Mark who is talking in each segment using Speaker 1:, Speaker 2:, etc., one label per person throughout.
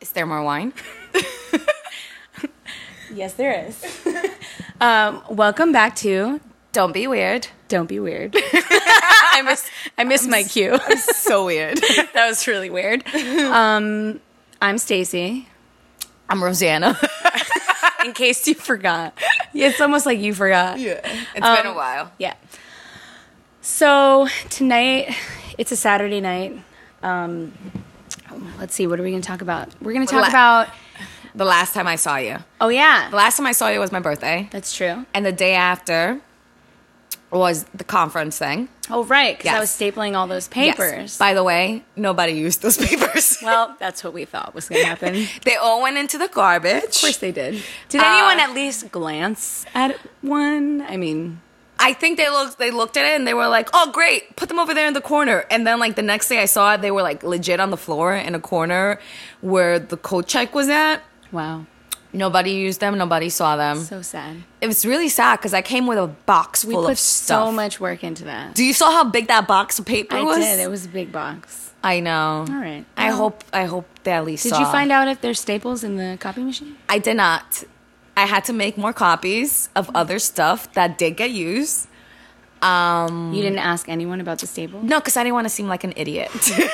Speaker 1: Is there more wine?
Speaker 2: Yes, there is. um, welcome back to
Speaker 1: Don't be weird.
Speaker 2: Don't Be Weird. I miss I miss my cue.
Speaker 1: So weird.
Speaker 2: that was really weird. Um, I'm Stacy.
Speaker 1: I'm Rosanna.
Speaker 2: In case you forgot, it's almost like you forgot.
Speaker 1: Yeah. It's been a while.
Speaker 2: Yeah. So tonight, it's a Saturday night. Um, let's see, what are we going to talk about? We're going to talk
Speaker 1: La-
Speaker 2: about.
Speaker 1: The last time I saw you.
Speaker 2: Oh yeah,
Speaker 1: The last time I saw you was my birthday.
Speaker 2: that's true.
Speaker 1: And the day after was the conference thing.
Speaker 2: Oh right, because I was
Speaker 1: Yes.
Speaker 2: stapling all those
Speaker 1: Yes.
Speaker 2: papers.
Speaker 1: By the way, nobody used those papers.
Speaker 2: Well, that's what we thought was going to happen. of
Speaker 1: they all went into the garbage. Of
Speaker 2: course they did. Did
Speaker 1: Uh,
Speaker 2: anyone at least glance at one? I mean,
Speaker 1: I think they looked they looked at it and they were like, "Oh, great. Put them over there in the corner." And then like the next day I saw it, they were like legit on the floor in a corner where the coat check was at.
Speaker 2: wow,
Speaker 1: Nobody used them, nobody saw them.
Speaker 2: so sad.
Speaker 1: It was really sad cuz I came with a box
Speaker 2: We
Speaker 1: full
Speaker 2: put
Speaker 1: of stuff.
Speaker 2: so much work into that.
Speaker 1: Do you saw how big that box of paper
Speaker 2: I
Speaker 1: was?
Speaker 2: did. It was a big box.
Speaker 1: I know.
Speaker 2: All right.
Speaker 1: I
Speaker 2: Well,
Speaker 1: hope I hope they at least
Speaker 2: Did you find out if there's staples in the copy machine?
Speaker 1: I did not. I had to make more copies of other stuff that did get used. Um
Speaker 2: You didn't ask anyone about the staple?
Speaker 1: No, because I didn't want to seem like an idiot.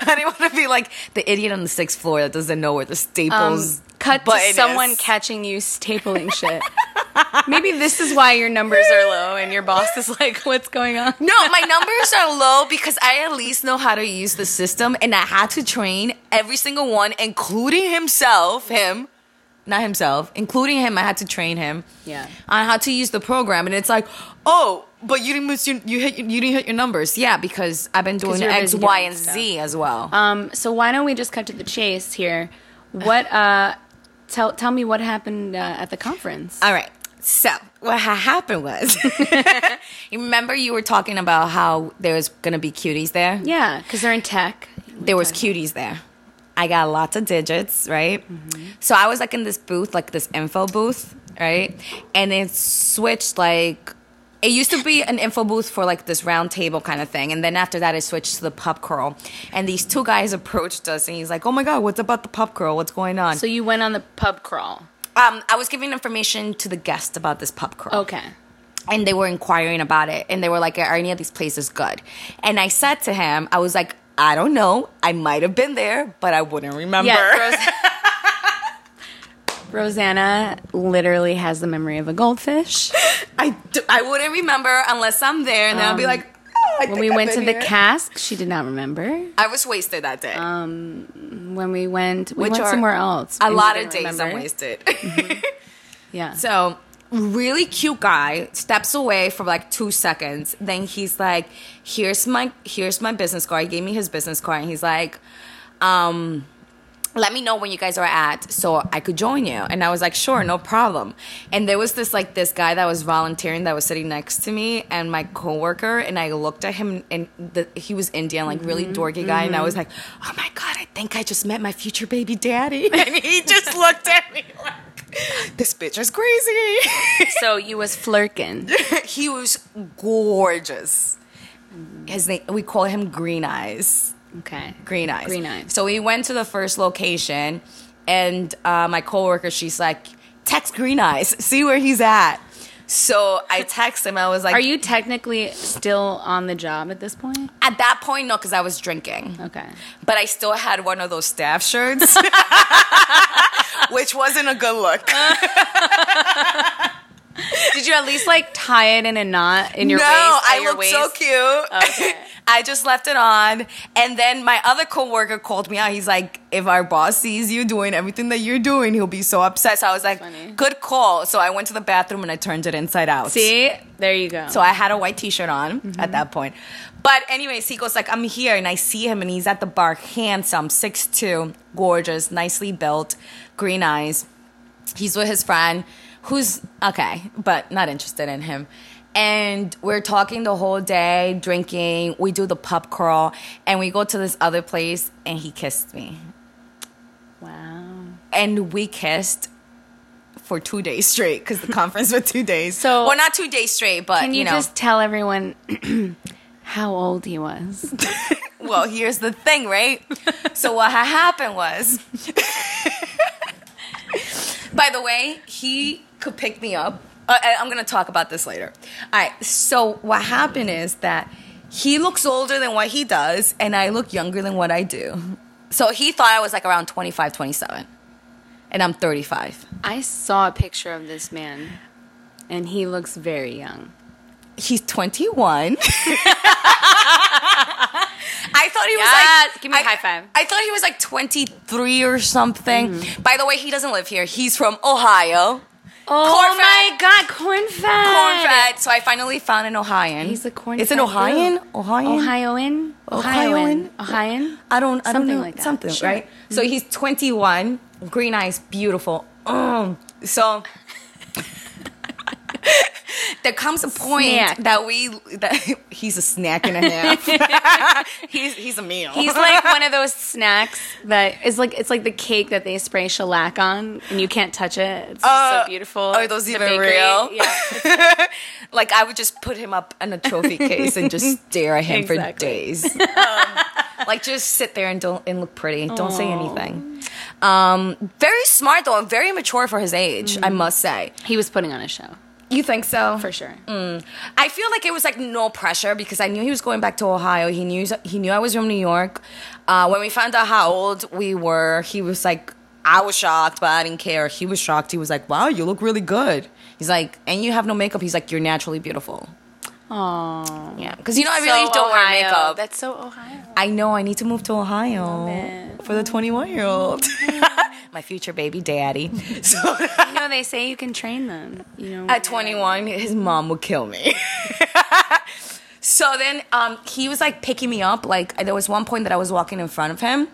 Speaker 1: I didn't want to be like the idiot on the sixth floor that doesn't know where the
Speaker 2: Um,
Speaker 1: staples.
Speaker 2: cut
Speaker 1: button
Speaker 2: to someone
Speaker 1: is.
Speaker 2: catching you stapling shit. Maybe this is why your numbers are low and your boss is like, what's going on?
Speaker 1: No, my numbers are low because I at least know how to use the system, and I had to train every single one, including himself. Him, not himself, including him. I had to train him.
Speaker 2: Yeah.
Speaker 1: On how to use the program, and it's like, oh, but you didn't miss your, you hit you didn't hit your numbers. Yeah, because I've been doing
Speaker 2: you were
Speaker 1: X,
Speaker 2: busy
Speaker 1: Y,
Speaker 2: doing
Speaker 1: and Z as well.
Speaker 2: Um, so why don't we just cut to the chase here? What, uh, tell, tell me what happened uh, at the conference.
Speaker 1: All right. So what ha- happened was, you remember you were talking about how there was gonna be cuties there.
Speaker 2: Yeah, because they're in tech.
Speaker 1: There was cuties there. I got lots of digits, right? So I was like in this booth, like this info booth, right? And it switched like it used to be an info booth for like this round table kind of thing, and then after that it switched to the pub curl. And these two guys approached us, and he's like, "Oh my god, what's about the pub curl? What's going on?"
Speaker 2: So you went on the pub crawl.
Speaker 1: um, I was giving information to the guest about this pub curl
Speaker 2: Okay.
Speaker 1: and they were inquiring about it and they were like are any of these places good and i said to him i was like i don't know i might have been there but i wouldn't remember
Speaker 2: Ros- Rosanna literally has the memory of a goldfish.
Speaker 1: I, d- I wouldn't remember unless i'm there and then i'll be
Speaker 2: Um,
Speaker 1: like "Oh, I
Speaker 2: When
Speaker 1: think
Speaker 2: we
Speaker 1: I've
Speaker 2: went to
Speaker 1: been
Speaker 2: the
Speaker 1: here."
Speaker 2: cask, she did not remember.
Speaker 1: i was wasted that day
Speaker 2: When we went, Um, we
Speaker 1: Which
Speaker 2: went
Speaker 1: are
Speaker 2: somewhere else.
Speaker 1: a
Speaker 2: and
Speaker 1: lot
Speaker 2: she
Speaker 1: of
Speaker 2: didn't
Speaker 1: days i'm
Speaker 2: remember. Mm-hmm.
Speaker 1: wasted
Speaker 2: Yeah.
Speaker 1: So, really cute guy steps away for like two seconds. Then he's like, "Here's my here's my business card." He gave me his business card, and he's like, um, "Let me know when you guys are at, so I could join you." And I was like, "Sure, no problem." And there was this like this guy that was volunteering that was sitting next to me and my coworker, and I looked at him, and the, he was Indian, like really dorky guy, and I was like, "Oh my god, I think I just met my future baby daddy," and he just looked at me like, "This bitch is crazy."
Speaker 2: so you was flirking.
Speaker 1: he was gorgeous. His name we call him Green Eyes.
Speaker 2: Okay.
Speaker 1: Green Eyes.
Speaker 2: Green Eyes.
Speaker 1: So we went to the first location, and uh, my coworker, she's like, "Text Green Eyes, see where he's at." So I text him. I was like,
Speaker 2: Are you technically still on the job at this point?
Speaker 1: at that point? No, because I was drinking.
Speaker 2: Okay.
Speaker 1: But I still had one of those staff shirts, which wasn't a good look.
Speaker 2: Did you at least like tie it in a knot in your
Speaker 1: no,
Speaker 2: waist? at
Speaker 1: I
Speaker 2: your
Speaker 1: looked so
Speaker 2: waist?
Speaker 1: cute.
Speaker 2: Okay.
Speaker 1: I just left it on, and then my other coworker called me out. He's like, "If our boss sees you doing everything that you're doing, he'll be so upset." So I was like,
Speaker 2: funny.
Speaker 1: "Good call." So I went to the bathroom and I turned it inside out.
Speaker 2: See, there you go.
Speaker 1: So I had a white T-shirt on at that point. But anyways, he goes like, "I'm here," and I see him, and he's at the bar, handsome, 6'2", gorgeous, nicely built, green eyes. He's with his friend, who's okay, but not interested in him. And we're talking the whole day, drinking. We do the pub crawl, and we go to this other place, and he kissed me,
Speaker 2: wow.
Speaker 1: and we kissed. For two days straight, because the conference was two days.
Speaker 2: So-
Speaker 1: well, not two days straight, but
Speaker 2: Can you,
Speaker 1: know,
Speaker 2: just tell everyone how old he was?
Speaker 1: well, here's the thing, right? So what had happened was, by the way, he could pick me up. Uh, I- I'm gonna talk about this later. All right. So what happened is that he looks older than what he does, and I look younger than what I do. So he thought I was like around 25, 27, and I'm 35.
Speaker 2: I saw a picture of this man, and he looks very young.
Speaker 1: He's 21. I thought he was
Speaker 2: Yes,
Speaker 1: like
Speaker 2: give me a
Speaker 1: I-
Speaker 2: high five.
Speaker 1: I thought he was like 23 or something.
Speaker 2: Mm-hmm.
Speaker 1: By the way, he doesn't live here. He's from Ohio. Corn fed.
Speaker 2: Oh God, corn fed.
Speaker 1: Corn fed. So I finally found an Ohioan.
Speaker 2: He's a corn.
Speaker 1: It's an Ohioan? Ohioan?
Speaker 2: Ohioan. Ohioan. Ohioan.
Speaker 1: I don't I don't
Speaker 2: Something
Speaker 1: know
Speaker 2: like that.
Speaker 1: something,
Speaker 2: Sure. Mm-hmm.
Speaker 1: right? So he's 21, green eyes, beautiful. Mm. So there comes a point
Speaker 2: Snack.
Speaker 1: that we that he's a snack and a half. he's he's a meal.
Speaker 2: He's like one of those snacks that is like it's like the cake that they spray shellac on and you can't touch it. It's just
Speaker 1: Uh,
Speaker 2: so beautiful.
Speaker 1: are those
Speaker 2: The
Speaker 1: even
Speaker 2: bakery,
Speaker 1: real?
Speaker 2: Yeah.
Speaker 1: like I would just put him up in a trophy case and just stare at him for
Speaker 2: Exactly.
Speaker 1: days. Um, like just sit there and don't and look pretty. Don't say
Speaker 2: Aw.
Speaker 1: anything. Um, very smart though, and very mature for his age, I must say.
Speaker 2: He was putting on a show
Speaker 1: Mm-hmm. You think so?
Speaker 2: for sure.
Speaker 1: I feel like it was like no pressure because I knew he was going back to Ohio. He knew he knew I was from New York. Uh, when we found out how old we were, he was like, I was shocked, but I didn't care. He was shocked. He was like, Wow, you look really good. He's like, and you have no makeup. He's like, you're naturally beautiful.
Speaker 2: Aww.
Speaker 1: Yeah, because you know I really don't wear makeup.
Speaker 2: That's so Ohio.
Speaker 1: I know I need to move to Ohio
Speaker 2: it.
Speaker 1: for the 21 year old, my future baby daddy. So
Speaker 2: You know they say you can train them. You know
Speaker 1: at 21 his mom would kill me so then um, he was like picking me up like there was one point that i was walking in front of him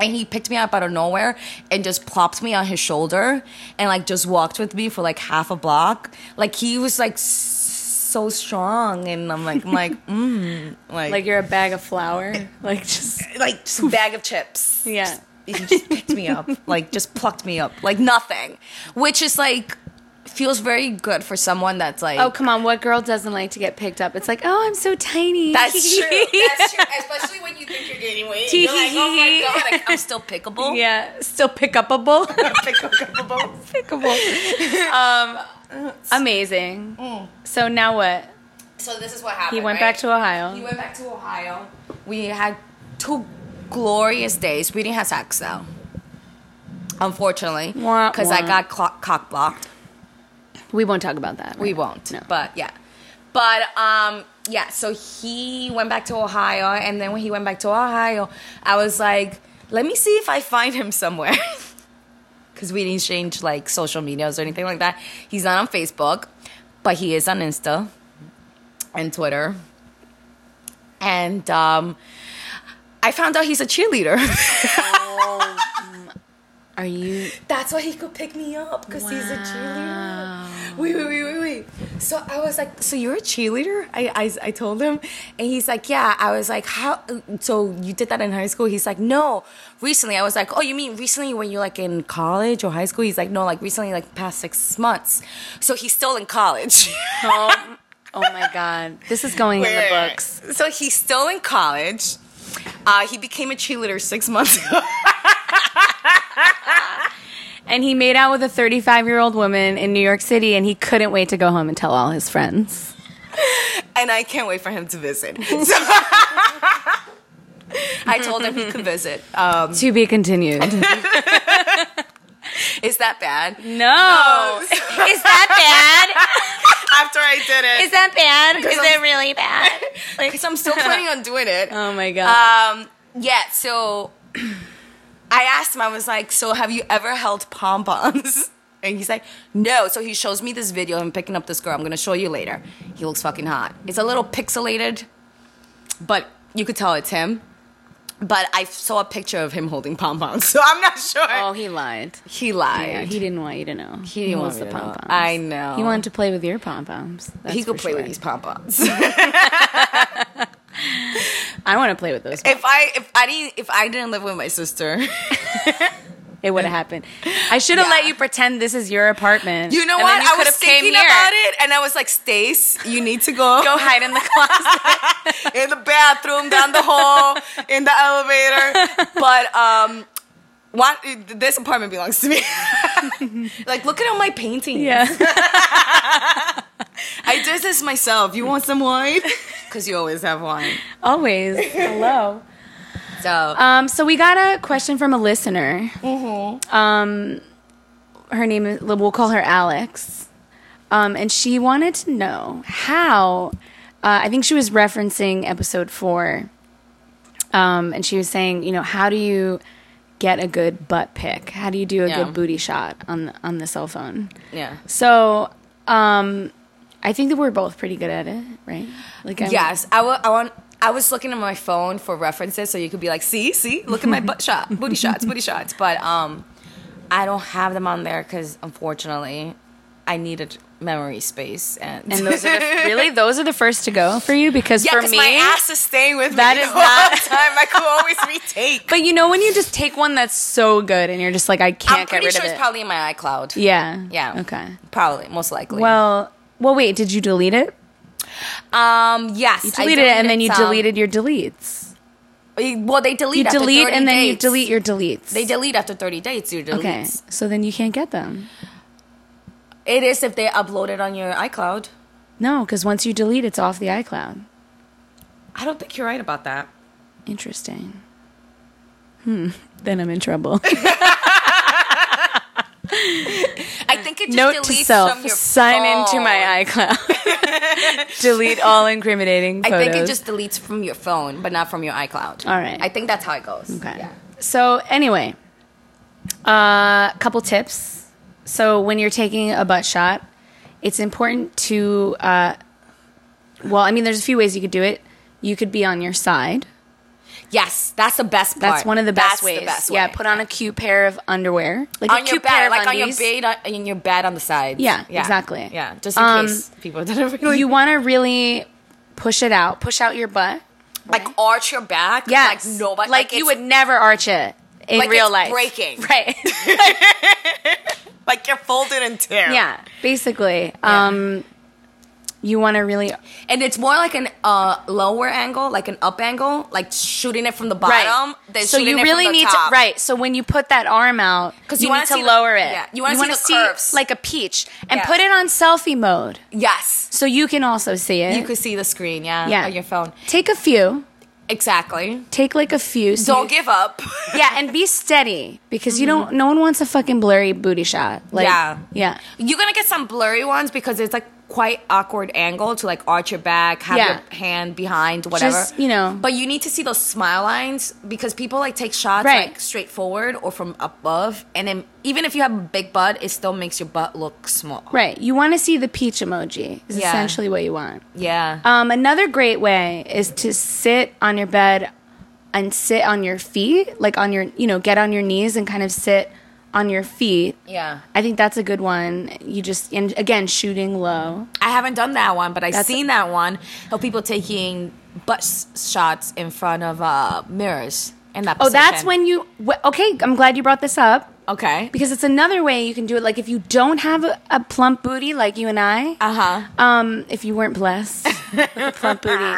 Speaker 1: and he picked me up out of nowhere and just plopped me on his shoulder and like just walked with me for like half a block like he was like s- so strong and i'm like I'm like mm like
Speaker 2: Like you're a bag of flour. Like just
Speaker 1: like just a bag of chips
Speaker 2: yeah.
Speaker 1: he just picked me up, like just plucked me up, like nothing, which is like feels very good for someone that's like
Speaker 2: Oh come on, what girl doesn't like to get picked up? It's like, oh, I'm so tiny.
Speaker 1: That's true. That's true. Especially when you think you're gaining weight. You're like, oh my god, like, I'm still pickable.
Speaker 2: yeah, still pick upable.
Speaker 1: Pickable.
Speaker 2: Pickable. um, amazing. So now what?
Speaker 1: So this is what happened.
Speaker 2: He went
Speaker 1: right?
Speaker 2: back to Ohio.
Speaker 1: He went back to Ohio. We had two glorious days. We didn't have sex though. Unfortunately,
Speaker 2: Wah,
Speaker 1: because I
Speaker 2: wah.
Speaker 1: got clock, cock blocked.
Speaker 2: we won't talk about that.
Speaker 1: We
Speaker 2: right?
Speaker 1: won't.
Speaker 2: No.
Speaker 1: But yeah. But um yeah, so he went back to Ohio and then when he went back to Ohio, I was like, let me see if I find him somewhere. Cuz we didn't change like social medias or anything like that. He's not on Facebook, but he is on Insta and Twitter. And um I found out he's a cheerleader.
Speaker 2: Oh, Are you?
Speaker 1: That's why he could pick me up because he's a
Speaker 2: Wow.
Speaker 1: cheerleader. Wait, wait, wait, wait, wait. So I was like, so you're a cheerleader? I, I, I told him, and he's like, yeah. I was like, how? So you did that in high school? He's like, no. Recently, I was like, oh, you mean recently when you're like in college or high school? He's like, no, like recently, like past six months. So he's still in college.
Speaker 2: Oh, oh my God. This is going in the books.
Speaker 1: So he's still in college. Uh, he became a cheerleader six months ago.
Speaker 2: And he made out with a 35 year old woman in New York City, and he couldn't wait to go home and tell all his friends.
Speaker 1: and I can't wait for him to visit. So- I told him he could visit. Um,
Speaker 2: To be continued.
Speaker 1: is that bad? Oh.
Speaker 2: no. Is that
Speaker 1: After I did
Speaker 2: bad?
Speaker 1: it,
Speaker 2: Is that bad? Is that really bad? Like,
Speaker 1: because I'm still planning on doing it.
Speaker 2: oh my God.
Speaker 1: Um, yeah. So I asked him. I was like, "So have you ever held pom poms?" And he's like, "No." So he shows me this video. of him picking up this girl. I'm gonna show you later. He looks fucking hot. It's a little pixelated, but you could tell it's him. But I saw a picture of him holding pom poms, so I'm not sure.
Speaker 2: oh, he lied.
Speaker 1: He lied.
Speaker 2: Yeah, he didn't want you to know. He
Speaker 1: didn't
Speaker 2: holds
Speaker 1: want me
Speaker 2: the
Speaker 1: to know.
Speaker 2: pom-poms.
Speaker 1: I know.
Speaker 2: He wanted to play with your pom poms.
Speaker 1: he could play with these pom poms.
Speaker 2: I want to play with those.
Speaker 1: if I if I didn't if I didn't live with my sister,
Speaker 2: it would have happened. I should have
Speaker 1: Yeah.
Speaker 2: let you pretend this is your apartment.
Speaker 1: You know
Speaker 2: and
Speaker 1: what?
Speaker 2: then you
Speaker 1: I was
Speaker 2: could've came
Speaker 1: thinking
Speaker 2: here.
Speaker 1: about it, and I was like, "Stace, you need to go
Speaker 2: Go hide in the closet.
Speaker 1: in the bathroom, down the hall, in the elevator." But um, one, this apartment belongs to me. like, look at all my paintings.
Speaker 2: yeah.
Speaker 1: I did this myself. You want some wine? Because you always have wine. Uh,
Speaker 2: Always. Hello.
Speaker 1: So
Speaker 2: Um, so we got a question from a listener.
Speaker 1: Mm-hmm.
Speaker 2: Um, her name is, we'll call her Alex. Um, and she wanted to know how, uh, I think she was referencing episode four. Um, and she was saying, you know, how do you get a good butt pick? How do you do a
Speaker 1: Yeah.
Speaker 2: good booty shot on the, on the cell phone?
Speaker 1: yeah.
Speaker 2: So, um, I think that we're both pretty good at it, right? Like, I'm,
Speaker 1: Yes, I wa- I want. I was looking at my phone for references, so you could be like, "See, see, look at my butt shot, booty shots, booty shots." But um, I don't have them on there because unfortunately, I needed memory space, and,
Speaker 2: And those are the, really those are the first to go for you because
Speaker 1: yeah,
Speaker 2: for
Speaker 1: 'cause
Speaker 2: me,
Speaker 1: my ass is staying with
Speaker 2: that
Speaker 1: me
Speaker 2: is
Speaker 1: the whole
Speaker 2: not-
Speaker 1: time. I could always retake.
Speaker 2: But you know when you just take one that's so good and you're just like I can't
Speaker 1: I'm
Speaker 2: get
Speaker 1: pretty
Speaker 2: rid
Speaker 1: sure
Speaker 2: of
Speaker 1: it's
Speaker 2: it.
Speaker 1: probably in my iCloud.
Speaker 2: yeah.
Speaker 1: Yeah.
Speaker 2: Okay.
Speaker 1: Probably, most likely.
Speaker 2: Well, well, wait. Did you delete it?
Speaker 1: um, yes,
Speaker 2: You deleted, it, and then you deleted your deletes.
Speaker 1: deleted. some- Well, they delete.
Speaker 2: You
Speaker 1: after
Speaker 2: delete
Speaker 1: 30
Speaker 2: and then you
Speaker 1: dates.
Speaker 2: delete your deletes.
Speaker 1: They delete after thirty dates. You delete.
Speaker 2: Okay. So then you can't get them.
Speaker 1: It is if they upload it on your iCloud.
Speaker 2: No, because once you delete, it's off the iCloud.
Speaker 1: I don't think you're right about that.
Speaker 2: Interesting. Hmm. Then I'm in trouble.
Speaker 1: I think it just
Speaker 2: Note
Speaker 1: deletes
Speaker 2: to self:
Speaker 1: from your
Speaker 2: sign into
Speaker 1: phone.
Speaker 2: my iCloud. delete all incriminating
Speaker 1: I
Speaker 2: photos.
Speaker 1: think it just deletes from your phone, but not from your iCloud.
Speaker 2: All right.
Speaker 1: I think that's how it goes.
Speaker 2: Okay.
Speaker 1: Yeah.
Speaker 2: So anyway, uh, couple tips. So when you're taking a butt shot, it's important to. Uh, well, I mean, there's a few ways you could do it. You could be on your side.
Speaker 1: Yes, that's the best part.
Speaker 2: That's one of the best
Speaker 1: That's
Speaker 2: ways.
Speaker 1: The best way.
Speaker 2: Yeah, put on a cute pair of underwear, like a
Speaker 1: on your
Speaker 2: cute pair
Speaker 1: bed,
Speaker 2: of
Speaker 1: like
Speaker 2: undies.
Speaker 1: on your bed, on, in your bed on the side.
Speaker 2: Yeah, exactly.
Speaker 1: Yeah, just in
Speaker 2: Um,
Speaker 1: case people didn't really
Speaker 2: You want to really push it out, push out your butt.
Speaker 1: like arch your back.
Speaker 2: Yeah,
Speaker 1: like nobody,
Speaker 2: like, you
Speaker 1: it's-
Speaker 2: would never arch it in
Speaker 1: Like
Speaker 2: real
Speaker 1: it's
Speaker 2: life.
Speaker 1: breaking.
Speaker 2: right?
Speaker 1: like you're folded in two.
Speaker 2: yeah, basically. Um, you want to really
Speaker 1: and it's more like an uh, lower angle, like an up angle, like shooting it from the bottom. Than
Speaker 2: so
Speaker 1: shooting
Speaker 2: you
Speaker 1: it
Speaker 2: really
Speaker 1: from the
Speaker 2: need
Speaker 1: top.
Speaker 2: to right. So when you put that arm out,
Speaker 1: 'Cause
Speaker 2: because
Speaker 1: you
Speaker 2: you,
Speaker 1: wanna
Speaker 2: need to
Speaker 1: see the-
Speaker 2: lower it.
Speaker 1: yeah, you wanna see
Speaker 2: wanna
Speaker 1: the curves.
Speaker 2: like a peach, and
Speaker 1: Yeah.
Speaker 2: put it on selfie mode
Speaker 1: Yes,
Speaker 2: so you can also see it.
Speaker 1: you could see the screen. Yeah,
Speaker 2: yeah,
Speaker 1: on your phone.
Speaker 2: Take a few.
Speaker 1: Exactly.
Speaker 2: Take like a few. So
Speaker 1: Don't
Speaker 2: you-
Speaker 1: give up.
Speaker 2: Yeah, and be steady because you don't. No one wants a fucking blurry booty shot. Like,
Speaker 1: Yeah.
Speaker 2: yeah.
Speaker 1: You're gonna get some blurry ones because it's like quite awkward angle to like arch your back, have
Speaker 2: Yeah.
Speaker 1: your hand behind, whatever.
Speaker 2: Just, you know.
Speaker 1: But you need to see those smile lines because people like take shots
Speaker 2: Right.
Speaker 1: like straight forward or from above, and then even if you have a big butt, it still makes your butt look small.
Speaker 2: Right. You want to see the peach emoji. Is
Speaker 1: Yeah.
Speaker 2: essentially what you want.
Speaker 1: Yeah.
Speaker 2: Um, another great way is to sit on your bed and sit on your feet, like on your, you know, get on your knees and kind of sit on your feet.
Speaker 1: yeah.
Speaker 2: I think that's a good one. You just, and again, shooting low.
Speaker 1: I haven't done that one, but I've
Speaker 2: That's-
Speaker 1: seen that one of people taking butt s- shots in front of uh, mirrors in that.
Speaker 2: Oh, that's
Speaker 1: position.
Speaker 2: when you, wh- okay, I'm glad you brought this up
Speaker 1: Okay.
Speaker 2: because it's another way you can do it. Like if you don't have a, a plump booty like you and I,
Speaker 1: Uh huh.
Speaker 2: um, if you weren't blessed with a plump booty,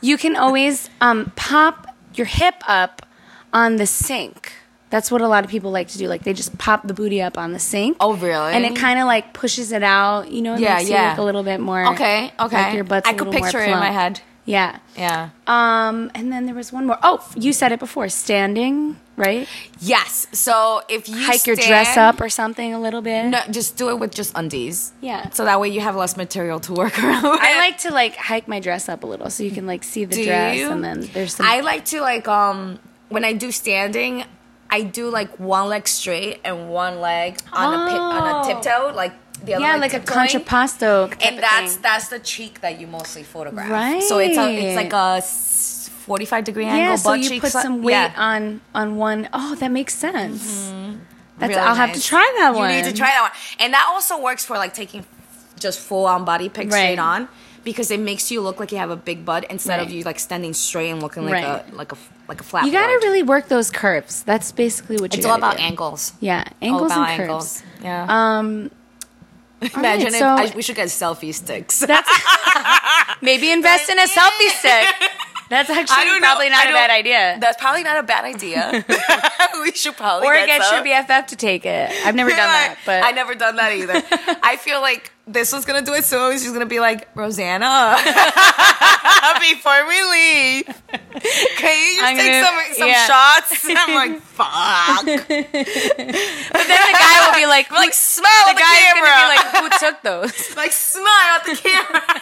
Speaker 2: you can always um, pop your hip up on the sink. That's what a lot of people like to do. Like they just pop the booty up on the sink.
Speaker 1: Oh, really?
Speaker 2: And it kind of like pushes it out. You know, it
Speaker 1: Yeah,
Speaker 2: makes
Speaker 1: yeah.
Speaker 2: you look a little bit more.
Speaker 1: Okay, okay.
Speaker 2: Like your butt's
Speaker 1: I
Speaker 2: a
Speaker 1: could
Speaker 2: little more
Speaker 1: picture it in my
Speaker 2: plump.
Speaker 1: head.
Speaker 2: Yeah.
Speaker 1: Yeah.
Speaker 2: Um, and then there was one more. Oh, you said it before. Standing, right?
Speaker 1: Yes. So if you
Speaker 2: Hike your dress
Speaker 1: stand-
Speaker 2: up or something a little bit.
Speaker 1: no, just do it with just undies.
Speaker 2: Yeah.
Speaker 1: So that way you have less material to work around. With.
Speaker 2: I like to like hike my dress up a little so you can like see the
Speaker 1: Do
Speaker 2: dress
Speaker 1: you?
Speaker 2: and then there's some
Speaker 1: I like to like um when I do standing, I do like one leg straight and one leg on a pit, on a
Speaker 2: Oh.
Speaker 1: tiptoe, like the other
Speaker 2: yeah,
Speaker 1: leg
Speaker 2: like a
Speaker 1: tiptoeing.
Speaker 2: contrapposto, type
Speaker 1: And
Speaker 2: of
Speaker 1: that's
Speaker 2: thing.
Speaker 1: that's the cheek that you mostly photograph. So it's a, it's like a s- forty-five degree angle.
Speaker 2: yeah. So
Speaker 1: butt
Speaker 2: you
Speaker 1: cheek
Speaker 2: put
Speaker 1: sli-
Speaker 2: some weight
Speaker 1: yeah. Mm-hmm.
Speaker 2: on on one oh that makes senence. That's
Speaker 1: Really
Speaker 2: I'll have to
Speaker 1: nice.
Speaker 2: try that one.
Speaker 1: You need to try that one. And that also works for like taking just full on body pics
Speaker 2: Right.
Speaker 1: straight on because it makes you look like you have a big butt instead of
Speaker 2: Right.
Speaker 1: you like standing straight and looking like
Speaker 2: Right.
Speaker 1: a like a like a flat.
Speaker 2: You gotta
Speaker 1: board.
Speaker 2: really work those curves. That's basically what you.
Speaker 1: It's all
Speaker 2: gotta
Speaker 1: about
Speaker 2: do.
Speaker 1: angles.
Speaker 2: Yeah, angles
Speaker 1: all about
Speaker 2: and
Speaker 1: angles.
Speaker 2: curves.
Speaker 1: Yeah.
Speaker 2: Um,
Speaker 1: Imagine if
Speaker 2: Alright, so-
Speaker 1: I, we should get selfie sticks.
Speaker 2: maybe invest in a selfie stick. That's
Speaker 1: I
Speaker 2: actually
Speaker 1: don't know.
Speaker 2: probably
Speaker 1: I
Speaker 2: not a
Speaker 1: don't-
Speaker 2: bad idea.
Speaker 1: That's probably not a bad idea. we should probably
Speaker 2: or
Speaker 1: get
Speaker 2: get
Speaker 1: some.
Speaker 2: your BFF to take it. I've never done that, but
Speaker 1: I never done that either. I feel like this one's gonna do it soon. She's gonna be like Rosanna before we leave. Can you just
Speaker 2: I'm
Speaker 1: take
Speaker 2: gonna-
Speaker 1: some some
Speaker 2: yeah.
Speaker 1: shots? And I'm like, fuck.
Speaker 2: then the guy will be like,
Speaker 1: like smile
Speaker 2: the,
Speaker 1: at the
Speaker 2: guy's
Speaker 1: camera.
Speaker 2: gonna be like, who took those?
Speaker 1: like, smile at the camera.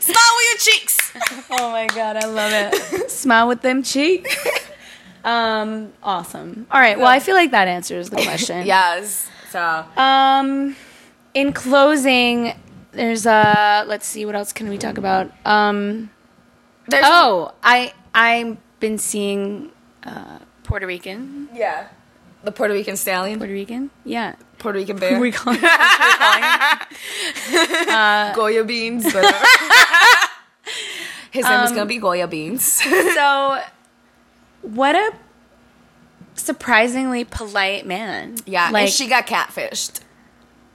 Speaker 1: smile with your cheeks.
Speaker 2: oh my god, I love it. Smile with them cheeks. Um, awesome. All right. Well, I feel like that answers the question.
Speaker 1: Yes. So
Speaker 2: Um, in closing, there's uh, let's see, what else can we talk about? Um,
Speaker 1: there's
Speaker 2: oh, I I've been seeing uh, Puerto Rican,
Speaker 1: yeah. The Puerto Rican stallion,
Speaker 2: Puerto Rican, yeah.
Speaker 1: Puerto Rican bear,
Speaker 2: We call it- that's what we're calling it.
Speaker 1: Goya beans. whatever. His name is gonna
Speaker 2: Um,
Speaker 1: be Goya beans.
Speaker 2: so what a surprisingly polite man.
Speaker 1: Yeah,
Speaker 2: like
Speaker 1: and she got catfished.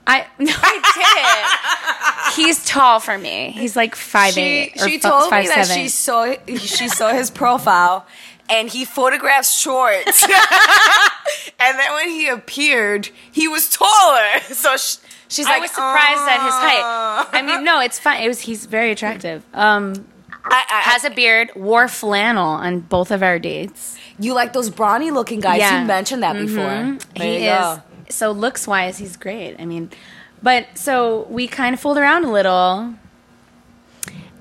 Speaker 2: I no, I did. He's tall for me. He's like five
Speaker 1: She,
Speaker 2: eight. Or
Speaker 1: she
Speaker 2: fi-
Speaker 1: told
Speaker 2: five,
Speaker 1: me that
Speaker 2: seven.
Speaker 1: she saw she saw his profile, and he photographed shorts. and then when he appeared, he was taller. So sh she's
Speaker 2: I
Speaker 1: like,
Speaker 2: was surprised at his height.
Speaker 1: "Oh."
Speaker 2: I mean, no, it's fine. It was he's very attractive. Um,
Speaker 1: I- I-
Speaker 2: has a beard, wore flannel on both of our dates.
Speaker 1: you like those brawny looking guys?
Speaker 2: Yeah. Mm-hmm.
Speaker 1: You mentioned that before. There
Speaker 2: he
Speaker 1: you
Speaker 2: is
Speaker 1: go.
Speaker 2: so looks wise, he's great. I mean, but so we kind of fooled around a little,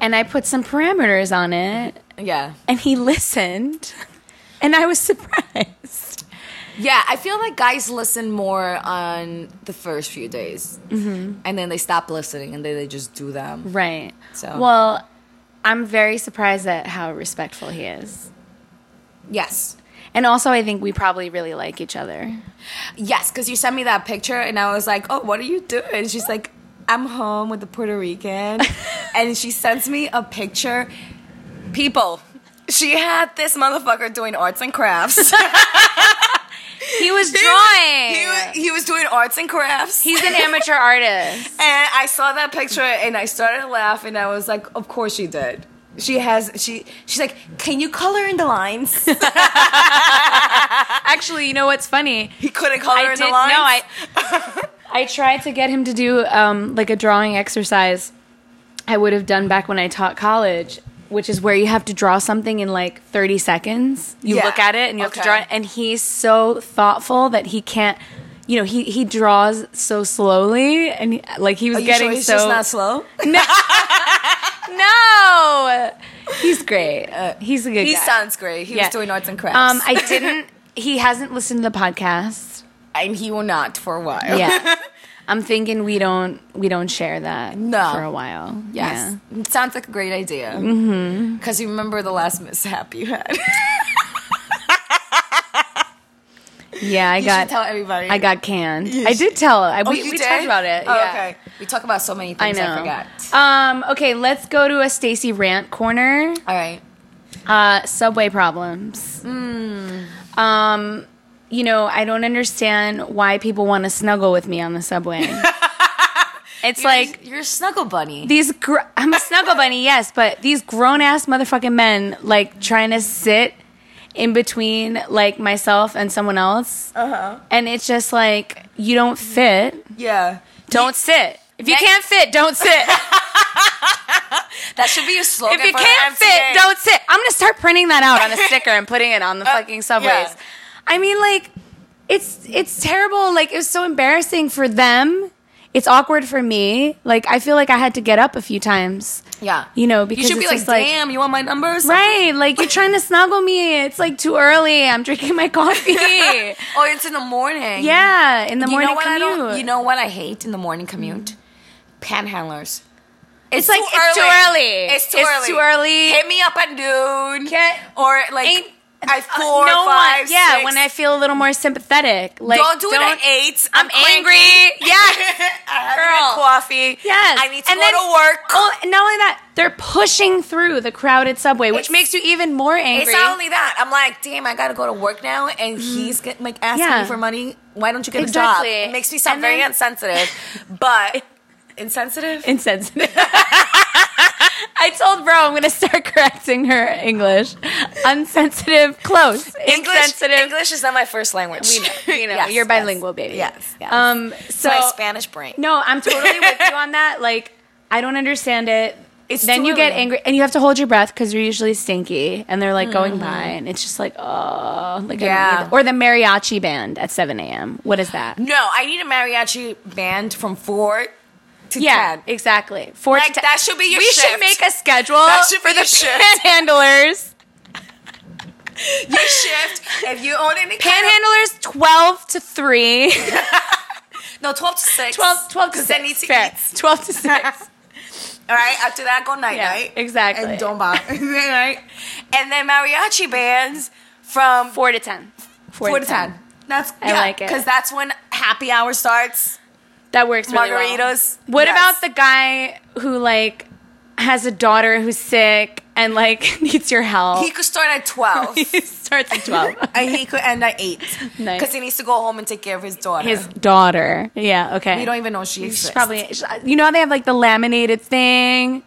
Speaker 2: and I put some parameters on it,
Speaker 1: Yeah,
Speaker 2: and he listened, and I was surprised.
Speaker 1: yeah. I feel like guys listen more on the first few days,
Speaker 2: Mm-hmm.
Speaker 1: and then they stop listening, and then they just do them.
Speaker 2: Right.
Speaker 1: So-
Speaker 2: Well, I'm very surprised at how respectful he is.
Speaker 1: Yes.
Speaker 2: And also, I think we probably really like each other.
Speaker 1: Yes, because you sent me that picture, and I was like, "Oh, what are you doing?" She's like, "I'm home with the Puerto Rican," and she sends me a picture. People, she had this motherfucker doing arts and crafts.
Speaker 2: He was
Speaker 1: He
Speaker 2: drawing.
Speaker 1: was- He was, he was doing arts and crafts.
Speaker 2: He's an amateur artist.
Speaker 1: and I saw that picture, and I started laughing. I was like, "Of course she did." She has she she's like, "Can you color in the lines?"
Speaker 2: Actually, you know what's funny?
Speaker 1: He couldn't color in the lines.
Speaker 2: No, I I tried to get him to do um, like a drawing exercise I would have done back when I taught college, which is where you have to draw something in like 30 seconds. You
Speaker 1: Yeah.
Speaker 2: look at it and you have to
Speaker 1: Okay.
Speaker 2: draw it. And he's so thoughtful that he can't. You know, he, he draws so slowly, and he, like he was
Speaker 1: Are Oh, you
Speaker 2: getting
Speaker 1: sure he's
Speaker 2: so
Speaker 1: just not slow.
Speaker 2: no. He's great. Uh, he's a good.
Speaker 1: He
Speaker 2: guy.
Speaker 1: sounds great. He
Speaker 2: Yeah.
Speaker 1: was doing arts and crafts.
Speaker 2: Um, I didn't. He hasn't listened to the podcast.
Speaker 1: and he will not for a while.
Speaker 2: Yeah, I'm thinking we don't we don't share that
Speaker 1: No.
Speaker 2: for a while.
Speaker 1: Yes. It sounds like a great idea.
Speaker 2: Mm-hmm.
Speaker 1: Because you remember the last mishap you had.
Speaker 2: Yeah, yeah. I
Speaker 1: you should
Speaker 2: got
Speaker 1: tell everybody.
Speaker 2: I got canned. I did tell. I,
Speaker 1: Oh,
Speaker 2: we
Speaker 1: you
Speaker 2: we
Speaker 1: did?
Speaker 2: talked about it.
Speaker 1: Oh,
Speaker 2: yeah.
Speaker 1: Okay. We talk about so many
Speaker 2: I
Speaker 1: things I,
Speaker 2: know.
Speaker 1: forgot.
Speaker 2: Um, okay, let's go to a Stacy rant corner.
Speaker 1: All right.
Speaker 2: Uh, subway problems.
Speaker 1: Hmm.
Speaker 2: Um, you know, I don't understand why people want to snuggle with me on the subway. it's like
Speaker 1: You're a snuggle bunny.
Speaker 2: these gr- I'm a snuggle bunny, yes, but these grown ass motherfucking men like trying to sit in between like myself and someone else.
Speaker 1: Uh-huh.
Speaker 2: And it's just like you don't fit.
Speaker 1: Yeah.
Speaker 2: Don't sit. If you
Speaker 1: Next-
Speaker 2: can't fit, don't sit.
Speaker 1: That should be a slogan.
Speaker 2: if you
Speaker 1: for the
Speaker 2: can't fit,
Speaker 1: MTA.
Speaker 2: don't sit. I'm gonna start printing that out on a sticker and putting it on the fucking subways.
Speaker 1: Uh, yeah.
Speaker 2: I mean, like, it's it's terrible. Like, it was so embarrassing for them. It's awkward for me. Like, I feel like I had to get up a few times.
Speaker 1: Yeah.
Speaker 2: You know, because
Speaker 1: you should
Speaker 2: it's
Speaker 1: be like,
Speaker 2: just like-
Speaker 1: damn, you want my numbers?
Speaker 2: Right, like you're trying to snuggle me. It's like too early. I'm drinking my coffee.
Speaker 1: or it's in the morning.
Speaker 2: yeah, in the morning
Speaker 1: you know what
Speaker 2: commute.
Speaker 1: I don't, you know what I hate in the morning commute? Panhandlers.
Speaker 2: it's, like it's too early.
Speaker 1: It's too early.
Speaker 2: It's too early.
Speaker 1: Hit me up at noon.
Speaker 2: Can't-
Speaker 1: or like
Speaker 2: Ain't- uh,
Speaker 1: I four,
Speaker 2: no
Speaker 1: five,
Speaker 2: one. Yeah,
Speaker 1: six.
Speaker 2: when I feel a little more sympathetic, like
Speaker 1: don't do it at eight.
Speaker 2: I'm angry. Yes.
Speaker 1: I haven't had
Speaker 2: Girl.
Speaker 1: coffee.
Speaker 2: Yes.
Speaker 1: I need to
Speaker 2: And
Speaker 1: go
Speaker 2: then-
Speaker 1: to work.
Speaker 2: Oh, and not only that, they're pushing through the crowded subway, which
Speaker 1: It's-
Speaker 2: makes you even more
Speaker 1: It's
Speaker 2: angry.
Speaker 1: not only that. I'm like, damn, I gotta go to work now, and he's get, like asking
Speaker 2: Yeah.
Speaker 1: me for money. Why don't you get
Speaker 2: Exactly.
Speaker 1: a job? It makes me sound
Speaker 2: And
Speaker 1: very
Speaker 2: then-
Speaker 1: insensitive, but insensitive.
Speaker 2: insensitive. I told bro I'm gonna start correcting her English. Unsensitive, close.
Speaker 1: English,
Speaker 2: Insensitive.
Speaker 1: English is not my first language.
Speaker 2: We know, we know.
Speaker 1: Yes,
Speaker 2: You're
Speaker 1: yes.
Speaker 2: bilingual, baby.
Speaker 1: Yes, yes.
Speaker 2: Um. So
Speaker 1: my Spanish brain.
Speaker 2: no, I'm totally with you on that. Like, I don't understand it.
Speaker 1: It's
Speaker 2: then
Speaker 1: too
Speaker 2: you get
Speaker 1: early.
Speaker 2: angry, and you have to hold your breath because you're usually stinky, and they're like going by, and it's just like, oh, like
Speaker 1: Mm-hmm.
Speaker 2: I
Speaker 1: Yeah.
Speaker 2: need- Or the mariachi band at 7 a.m. What is that?
Speaker 1: No, I need a mariachi band from four to
Speaker 2: Yeah,
Speaker 1: ten.
Speaker 2: exactly. Four
Speaker 1: Like, that should be your
Speaker 2: We should
Speaker 1: shift.
Speaker 2: make a schedule
Speaker 1: That should
Speaker 2: for
Speaker 1: be
Speaker 2: the
Speaker 1: your shift.
Speaker 2: panhandlers.
Speaker 1: You shift if you own any kind of-
Speaker 2: Panhandlers 12 to 3.
Speaker 1: no, twelve to six.
Speaker 2: 12, 12 to
Speaker 1: Because
Speaker 2: 6.
Speaker 1: they need to
Speaker 2: Fair.
Speaker 1: eat.
Speaker 2: 12 to 6.
Speaker 1: All right. After that, go night
Speaker 2: Yeah,
Speaker 1: night.
Speaker 2: exactly.
Speaker 1: And don't bother. All right. And then mariachi bands from
Speaker 2: 4 to 10. 4,
Speaker 1: four to ten. That's
Speaker 2: I like it.
Speaker 1: because that's when happy hour starts.
Speaker 2: That works really well.
Speaker 1: Margaritas,
Speaker 2: What
Speaker 1: yes.
Speaker 2: about the guy who, like, has a daughter who's sick and, like, needs your help?
Speaker 1: He could start at twelve.
Speaker 2: He starts at 12.
Speaker 1: and he could end at eight because
Speaker 2: Nice.
Speaker 1: he needs to go home and take care of his daughter.
Speaker 2: His daughter. Yeah, okay.
Speaker 1: we don't even know she
Speaker 2: She's
Speaker 1: exists.
Speaker 2: probably, you know, how they have like the laminated thing.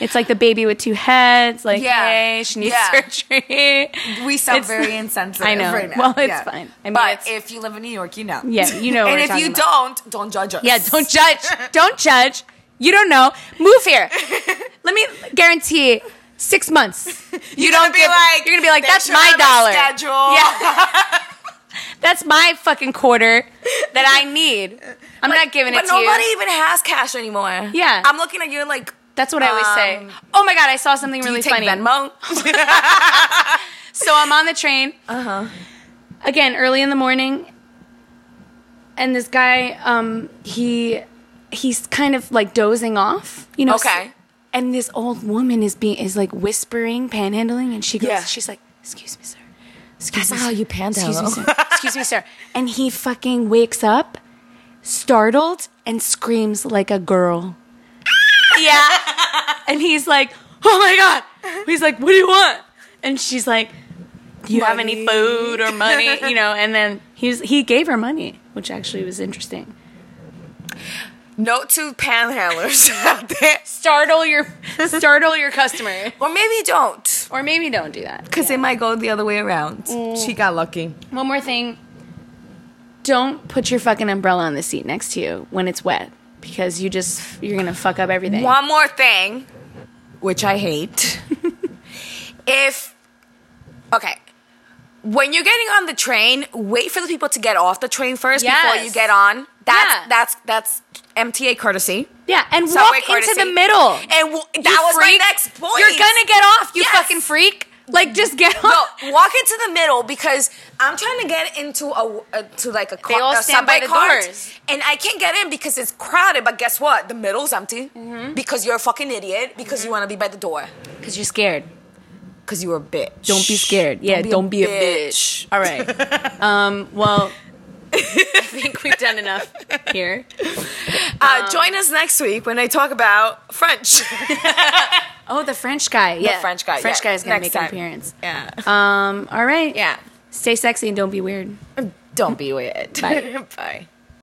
Speaker 2: It's like the baby with two heads. Like,
Speaker 1: Yeah.
Speaker 2: hey, she needs
Speaker 1: Yeah.
Speaker 2: surgery.
Speaker 1: we sound
Speaker 2: It's-
Speaker 1: very insensitive.
Speaker 2: I know.
Speaker 1: Right now.
Speaker 2: Well, it's fine. I mean,
Speaker 1: but
Speaker 2: it's-
Speaker 1: if you live in New York, you know.
Speaker 2: Yeah, you know what
Speaker 1: and
Speaker 2: we're
Speaker 1: if you
Speaker 2: talking about.
Speaker 1: don't, don't judge us.
Speaker 2: Yeah, don't judge. Don't judge. You don't know. Move here. Let me guarantee six months.
Speaker 1: You, don't be
Speaker 2: give-
Speaker 1: like.
Speaker 2: you're gonna be like,
Speaker 1: they
Speaker 2: "That's
Speaker 1: should
Speaker 2: my
Speaker 1: have a
Speaker 2: dollar."
Speaker 1: Schedule.
Speaker 2: Yeah. That's my fucking quarter that I need. I'm not giving
Speaker 1: but
Speaker 2: it to
Speaker 1: nobody
Speaker 2: you.
Speaker 1: even has cash anymore.
Speaker 2: Yeah.
Speaker 1: I'm looking at you like.
Speaker 2: That's what I always
Speaker 1: Um,
Speaker 2: say. Oh my god, I saw something
Speaker 1: Do
Speaker 2: really
Speaker 1: you take
Speaker 2: funny.
Speaker 1: Venmo?
Speaker 2: So I'm on the train. Uh
Speaker 1: Uh-huh.
Speaker 2: huh. Again, early in the morning, and this guy, um, he, he's kind of like dozing off, you know.
Speaker 1: Okay.
Speaker 2: and this old woman is being is like whispering, panhandling, and she goes,
Speaker 1: Yeah.
Speaker 2: she's like, "Excuse me, sir." Excuse
Speaker 1: That's
Speaker 2: me,
Speaker 1: not how
Speaker 2: sir.
Speaker 1: you panhandle.
Speaker 2: Excuse me, sir. Excuse me, sir. And he fucking wakes up, startled, and screams like a girl. yeah. And he's like, oh my God. He's like, what do you want? And she's like, do you have any
Speaker 1: Money.
Speaker 2: food or money? You know, and then he's, he gave her money, which actually was interesting.
Speaker 1: Note to panhandlers out there.
Speaker 2: Startle your, startle your customer.
Speaker 1: Or maybe don't.
Speaker 2: Or maybe don't do that.
Speaker 1: Because it might go the other way around. Mm. She got lucky.
Speaker 2: One more thing. Don't put your fucking umbrella on the seat next to you when it's wet because you just, you're going to fuck up everything.
Speaker 1: One more thing, which I hate. if, okay, when you're getting on the train, wait for the people to get off the train first before
Speaker 2: Yes.
Speaker 1: you get on. That's
Speaker 2: Yeah.
Speaker 1: that's that's MTA courtesy.
Speaker 2: Yeah, and
Speaker 1: Subway
Speaker 2: walk into
Speaker 1: courtesy.
Speaker 2: the middle.
Speaker 1: And w- that
Speaker 2: You
Speaker 1: was
Speaker 2: freak.
Speaker 1: my next point.
Speaker 2: You're gonna get off, you
Speaker 1: Yes.
Speaker 2: fucking freak. Like, just get off.
Speaker 1: No, walk into the middle because I'm trying to get into a, a to like a car,
Speaker 2: all
Speaker 1: a
Speaker 2: stand by
Speaker 1: subway
Speaker 2: the
Speaker 1: cart,
Speaker 2: doors.
Speaker 1: and I can't get in because it's crowded. But guess what? The middle's empty
Speaker 2: Mm-hmm.
Speaker 1: because you're a fucking idiot because you want to be by the door
Speaker 2: Because you're scared.
Speaker 1: because you were a bitch.
Speaker 2: Don't be scared. Yeah, don't be a bitch. All right. um, well, I think we've done enough here.
Speaker 1: Uh,
Speaker 2: Um,
Speaker 1: join us next week when I talk about French.
Speaker 2: Oh, the French guy. Yeah.
Speaker 1: French guy,
Speaker 2: French
Speaker 1: yeah.
Speaker 2: guy is gonna
Speaker 1: Next
Speaker 2: make
Speaker 1: time.
Speaker 2: an appearance.
Speaker 1: yeah,
Speaker 2: Um, all right.
Speaker 1: yeah.
Speaker 2: Stay sexy and don't be weird.
Speaker 1: Don't be weird.
Speaker 2: Bye.
Speaker 1: Bye.